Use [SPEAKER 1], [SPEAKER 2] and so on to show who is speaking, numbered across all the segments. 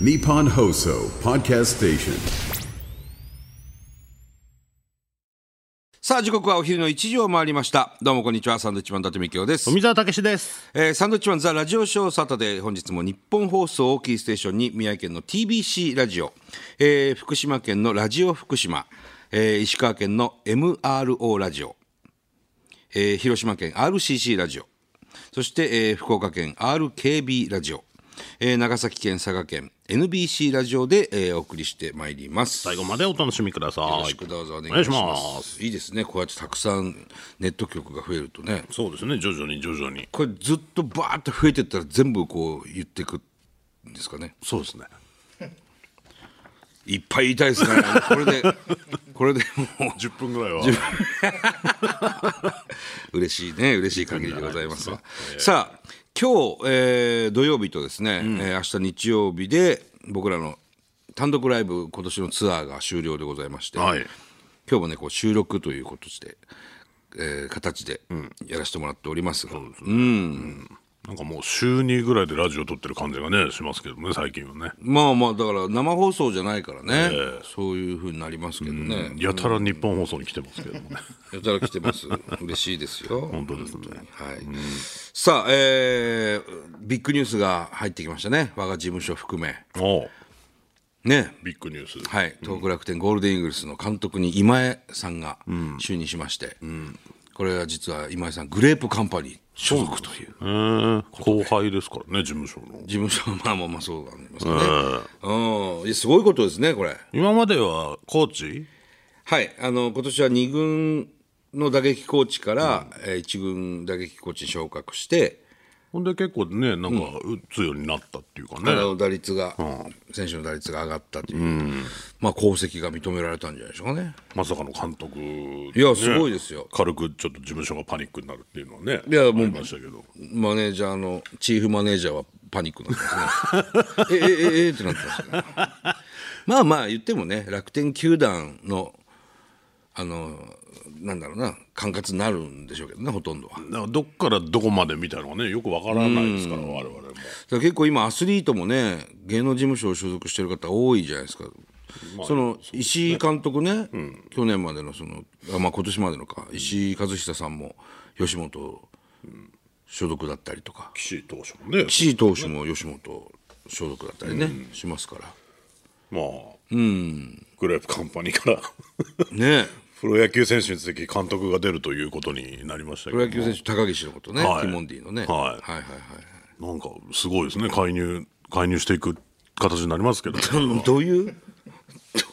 [SPEAKER 1] Nippon Hoso Podcast Station.
[SPEAKER 2] さあ、時刻はお昼の1時を回りました。どうもこんにちは。サンドウィッチマン伊達美京です。
[SPEAKER 3] 富澤たけしです。
[SPEAKER 2] えーサンドウィッチマンザラジオショーサタデー。本日も日本放送をキーステーションに宮城県の TBC ラジオ、えー福島県のラジオ福島、えー石川県の MRO ラジオ、えー広島県 RCC ラジオ、そして、えー福岡県 RKB ラジオ、えー長崎県佐賀県 NBC ラジオで、えーお送りしてまいります。
[SPEAKER 3] 最後までお楽しみください。
[SPEAKER 2] よろしくどうぞお願いし
[SPEAKER 3] お願
[SPEAKER 2] ま
[SPEAKER 3] い
[SPEAKER 2] す。い
[SPEAKER 3] しま
[SPEAKER 2] いですね。こうやってたくさんネット局が増えるとね。
[SPEAKER 3] そうですね、徐々に徐々に。
[SPEAKER 2] これずっとバーッと増えてったら全部こう言ってくんですかね。
[SPEAKER 3] そうですね。
[SPEAKER 2] いっぱい言いたいですね。これ で、これでも
[SPEAKER 3] 10分ぐらいは。
[SPEAKER 2] う 嬉しいね。嬉しい限りでございますが。さあ、今日、えー土曜日とですね、えー明日日曜日で僕らの単独ライブ今年のツアーが終了でございまして、
[SPEAKER 3] はい。
[SPEAKER 2] 今日もねこう収録ということで、えー形でやらせてもらっておりますが、
[SPEAKER 3] なんかもう週2ぐらいでラジオ撮ってる感じがね、しますけどね、最近はね。
[SPEAKER 2] まあまあだから生放送じゃないからね、そういうふうになりますけどね、
[SPEAKER 3] やたら日本放送に来てますけどもね。
[SPEAKER 2] やたら来てます 嬉しいですよ
[SPEAKER 3] 本当ですね。
[SPEAKER 2] はい、さあ、えービッグニュースが入ってきましたね我が事務所含め
[SPEAKER 3] おう
[SPEAKER 2] ね
[SPEAKER 3] ビッグニュース。
[SPEAKER 2] はい東北楽天ゴールデンイーグルスの監督に今江さんが就任しまして、これは実は今江さんグレープカンパニー所属という
[SPEAKER 3] えー後輩ですからね、事務所の。
[SPEAKER 2] 事務所はまあまあまあそうなんですけどね、うんいやすごいことですねこれ
[SPEAKER 3] 今まではコーチ
[SPEAKER 2] はい、あの今年は2軍の打撃コーチから、えー1軍打撃コーチに昇格して、
[SPEAKER 3] ほんで結構ね、なんか打つようになったっていうか
[SPEAKER 2] あ
[SPEAKER 3] ね。
[SPEAKER 2] の打率が、選手の打率が上がったという、まあ、功績が認められたんじゃないでしょうかね。
[SPEAKER 3] まさかの監督。
[SPEAKER 2] いや、すごいですよ。
[SPEAKER 3] 軽くちょっと事務所がパニックになるっていうのはね。
[SPEAKER 2] いやもう
[SPEAKER 3] ありましたけど。
[SPEAKER 2] マネージャーの、チーフマネージャーはパニックになってます ね。え、え、え、え、えってなってます ね。まあまあ言ってもね、楽天球団の、あの、なんだろうな、管轄になるんでしょうけどね、ほとんどは。
[SPEAKER 3] だからどっからどこまでみたいなのがねよくわからないですから我々
[SPEAKER 2] だか
[SPEAKER 3] も
[SPEAKER 2] ら結構今アスリートもね芸能事務所を所属してる方多いじゃないですか、その石井監督ね去年までのそのあ、まあ、今年までのか石井和久さんも吉本所属だったりとか
[SPEAKER 3] 岸投手もね
[SPEAKER 2] 岸井投手も吉本所属だったりね、しますから
[SPEAKER 3] まあ、グレープカンパニーから
[SPEAKER 2] ね
[SPEAKER 3] プロ野球選手につき監督が出るということになりました
[SPEAKER 2] プ
[SPEAKER 3] けど
[SPEAKER 2] ロ野球選手高岸のことね、
[SPEAKER 3] はい
[SPEAKER 2] ティモンディのね、
[SPEAKER 3] はい
[SPEAKER 2] はいはいはい
[SPEAKER 3] なんかすごいですね介入介入していく形になりますけど ちょ
[SPEAKER 2] どういうど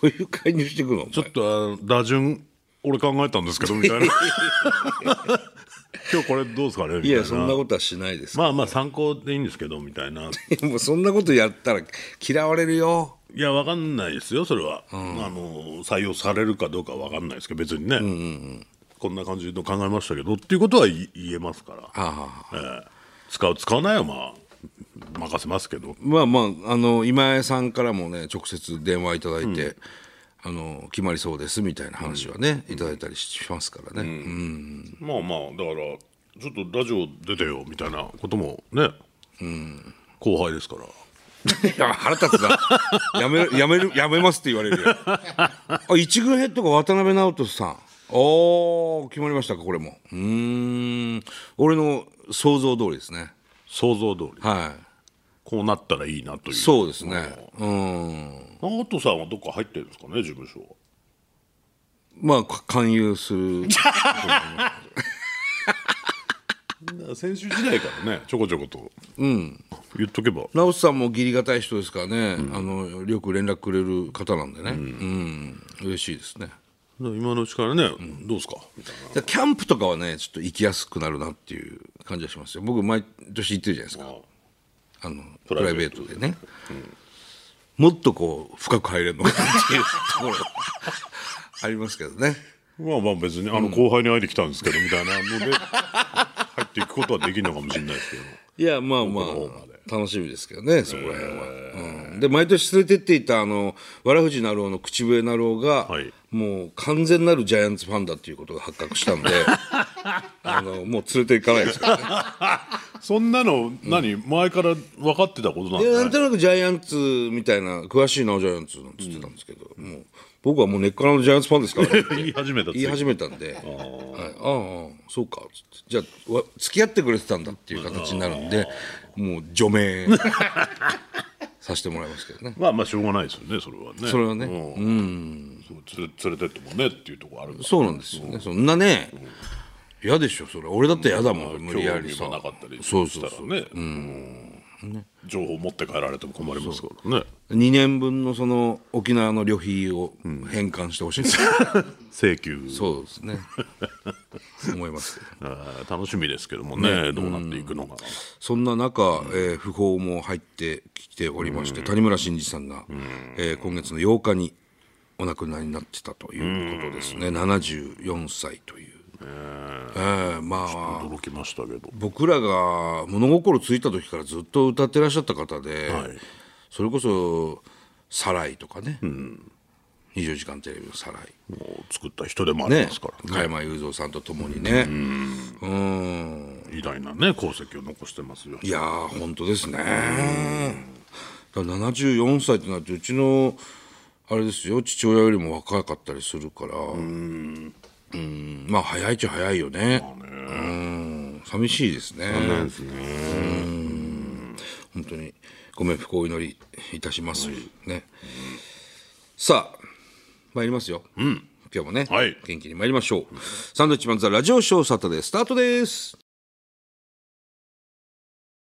[SPEAKER 2] ういう介入していくのお前
[SPEAKER 3] っとあの打順俺考えたんですけどみたい な今日これどうですかねみた
[SPEAKER 2] い
[SPEAKER 3] いな
[SPEAKER 2] やそんなことはしないです、
[SPEAKER 3] まあまあ参考でいいんですけどみたいな い
[SPEAKER 2] もうそんなことやったら嫌われるよ
[SPEAKER 3] やわかんないですよそれは、あの採用されるかどうかわかんないですけど別にね、こんな感じの考えましたけどっていうことは言言えますから
[SPEAKER 2] はあはあ
[SPEAKER 3] ええ使う使わないはまあ任せますけど
[SPEAKER 2] まあまあ、あの今井さんからもね直接電話いただいて、あの決まりそうですみたいな話はね、いただいたりしますからね、うん
[SPEAKER 3] まあまあだからちょっとラジオ出てよみたいなこともね、後輩ですから
[SPEAKER 2] いや腹立つなやめやめるやめますって言われるよあ一軍ヘッドが渡辺直人さんおー決まりましたかこれもうーん俺の想像通りですね
[SPEAKER 3] 想像通り
[SPEAKER 2] は
[SPEAKER 3] こうなったらいいなという
[SPEAKER 2] いそうですねうん
[SPEAKER 3] 直人さんはどっか入ってるんですかね事務所
[SPEAKER 2] まあか勧誘する
[SPEAKER 3] 先週時代からねちょこちょこと、言っとけば
[SPEAKER 2] 直人さんも義理がたい人ですからね、あのよく連絡くれる方なんでね、うん嬉しいですね
[SPEAKER 3] 今のうちからね、どうですかみたいな
[SPEAKER 2] だからキャンプとかはねちょっと行きやすくなるなっていう感じがしますよ僕毎年行ってるじゃないですかあのプ
[SPEAKER 3] プ
[SPEAKER 2] ラ
[SPEAKER 3] ラ
[SPEAKER 2] イ
[SPEAKER 3] イ
[SPEAKER 2] ベ
[SPEAKER 3] ベ
[SPEAKER 2] ートでね、もっとこう深く入れるのかなっていうと ころありますけどね
[SPEAKER 3] まあまあ別にあの後輩に会いに来たんですけど、みたいな ので入っていくことはできるのかもしれないですけど
[SPEAKER 2] いやまあまあ楽しみですけどねそこら辺は、うんで毎年連れてっていたあのわらふじなるおの口笛なるおが、
[SPEAKER 3] はい
[SPEAKER 2] もう完全なるジャイアンツフ ァンだっていうことが発覚したんであのもう連れて行かないですからね
[SPEAKER 3] そんなの何、前から分かってたことなん
[SPEAKER 2] いや
[SPEAKER 3] だ、
[SPEAKER 2] なん
[SPEAKER 3] ね、
[SPEAKER 2] となくジャイアンツみたいな詳しいなジャイアンツなんつってたんですけど、もう僕はもう根っからのジャイアンツファンですから、ね、
[SPEAKER 3] 言い始めたって
[SPEAKER 2] 言い始めたんで「はい、ああそうか」つってじゃあわ付き合ってくれてたんだっていう形になるんでもう除名させてもらいますけどね
[SPEAKER 3] まあまあしょうがないですよねそれはね
[SPEAKER 2] それはね
[SPEAKER 3] うん、そうつれ連れてってもねっていうところあるんだ
[SPEAKER 2] そうなんですよねそんなね嫌でしょそれ俺だって嫌だもん、無
[SPEAKER 3] 興
[SPEAKER 2] 理やり
[SPEAKER 3] 味
[SPEAKER 2] さ
[SPEAKER 3] もなかったりした
[SPEAKER 2] そうそう
[SPEAKER 3] ら
[SPEAKER 2] そう
[SPEAKER 3] ねうん情報持って帰られても困りますからね
[SPEAKER 2] 2年分のその沖縄の旅費を返還してほしいん ですよ、
[SPEAKER 3] 請求
[SPEAKER 2] そうですね思いますけど
[SPEAKER 3] あー楽しみですけどもねどうなっていくのか、
[SPEAKER 2] そんな中、えー訃報も入ってきておりまして、谷村新司さんが、えー今月の8日にお亡くなりになってたということですね、74歳という、えーまあ、
[SPEAKER 3] 驚きましたけど
[SPEAKER 2] 僕らが物心ついた時からずっと歌ってらっしゃった方で、
[SPEAKER 3] はい
[SPEAKER 2] それこそ「サライ」とかね、24時間テレビの「サライ」
[SPEAKER 3] もう作った人でもあり
[SPEAKER 2] ね
[SPEAKER 3] ますからね
[SPEAKER 2] 加山雄三さんと共にね。うん
[SPEAKER 3] 偉大なね功績を残してますよ
[SPEAKER 2] いやー、本当ですね。だから74歳ってなって、うちの、あれですよ、父親よりも若かったりするから、うん、まあ、早いっちゃ早いよね。うん、寂しいですね。うん本当に、ご冥福をお祈りいたします。ね。さあ、参りますよ。今日もね、
[SPEAKER 3] はい
[SPEAKER 2] 元気に参りましょう。サンドウィッチマンザラジオショーサタデースタートです。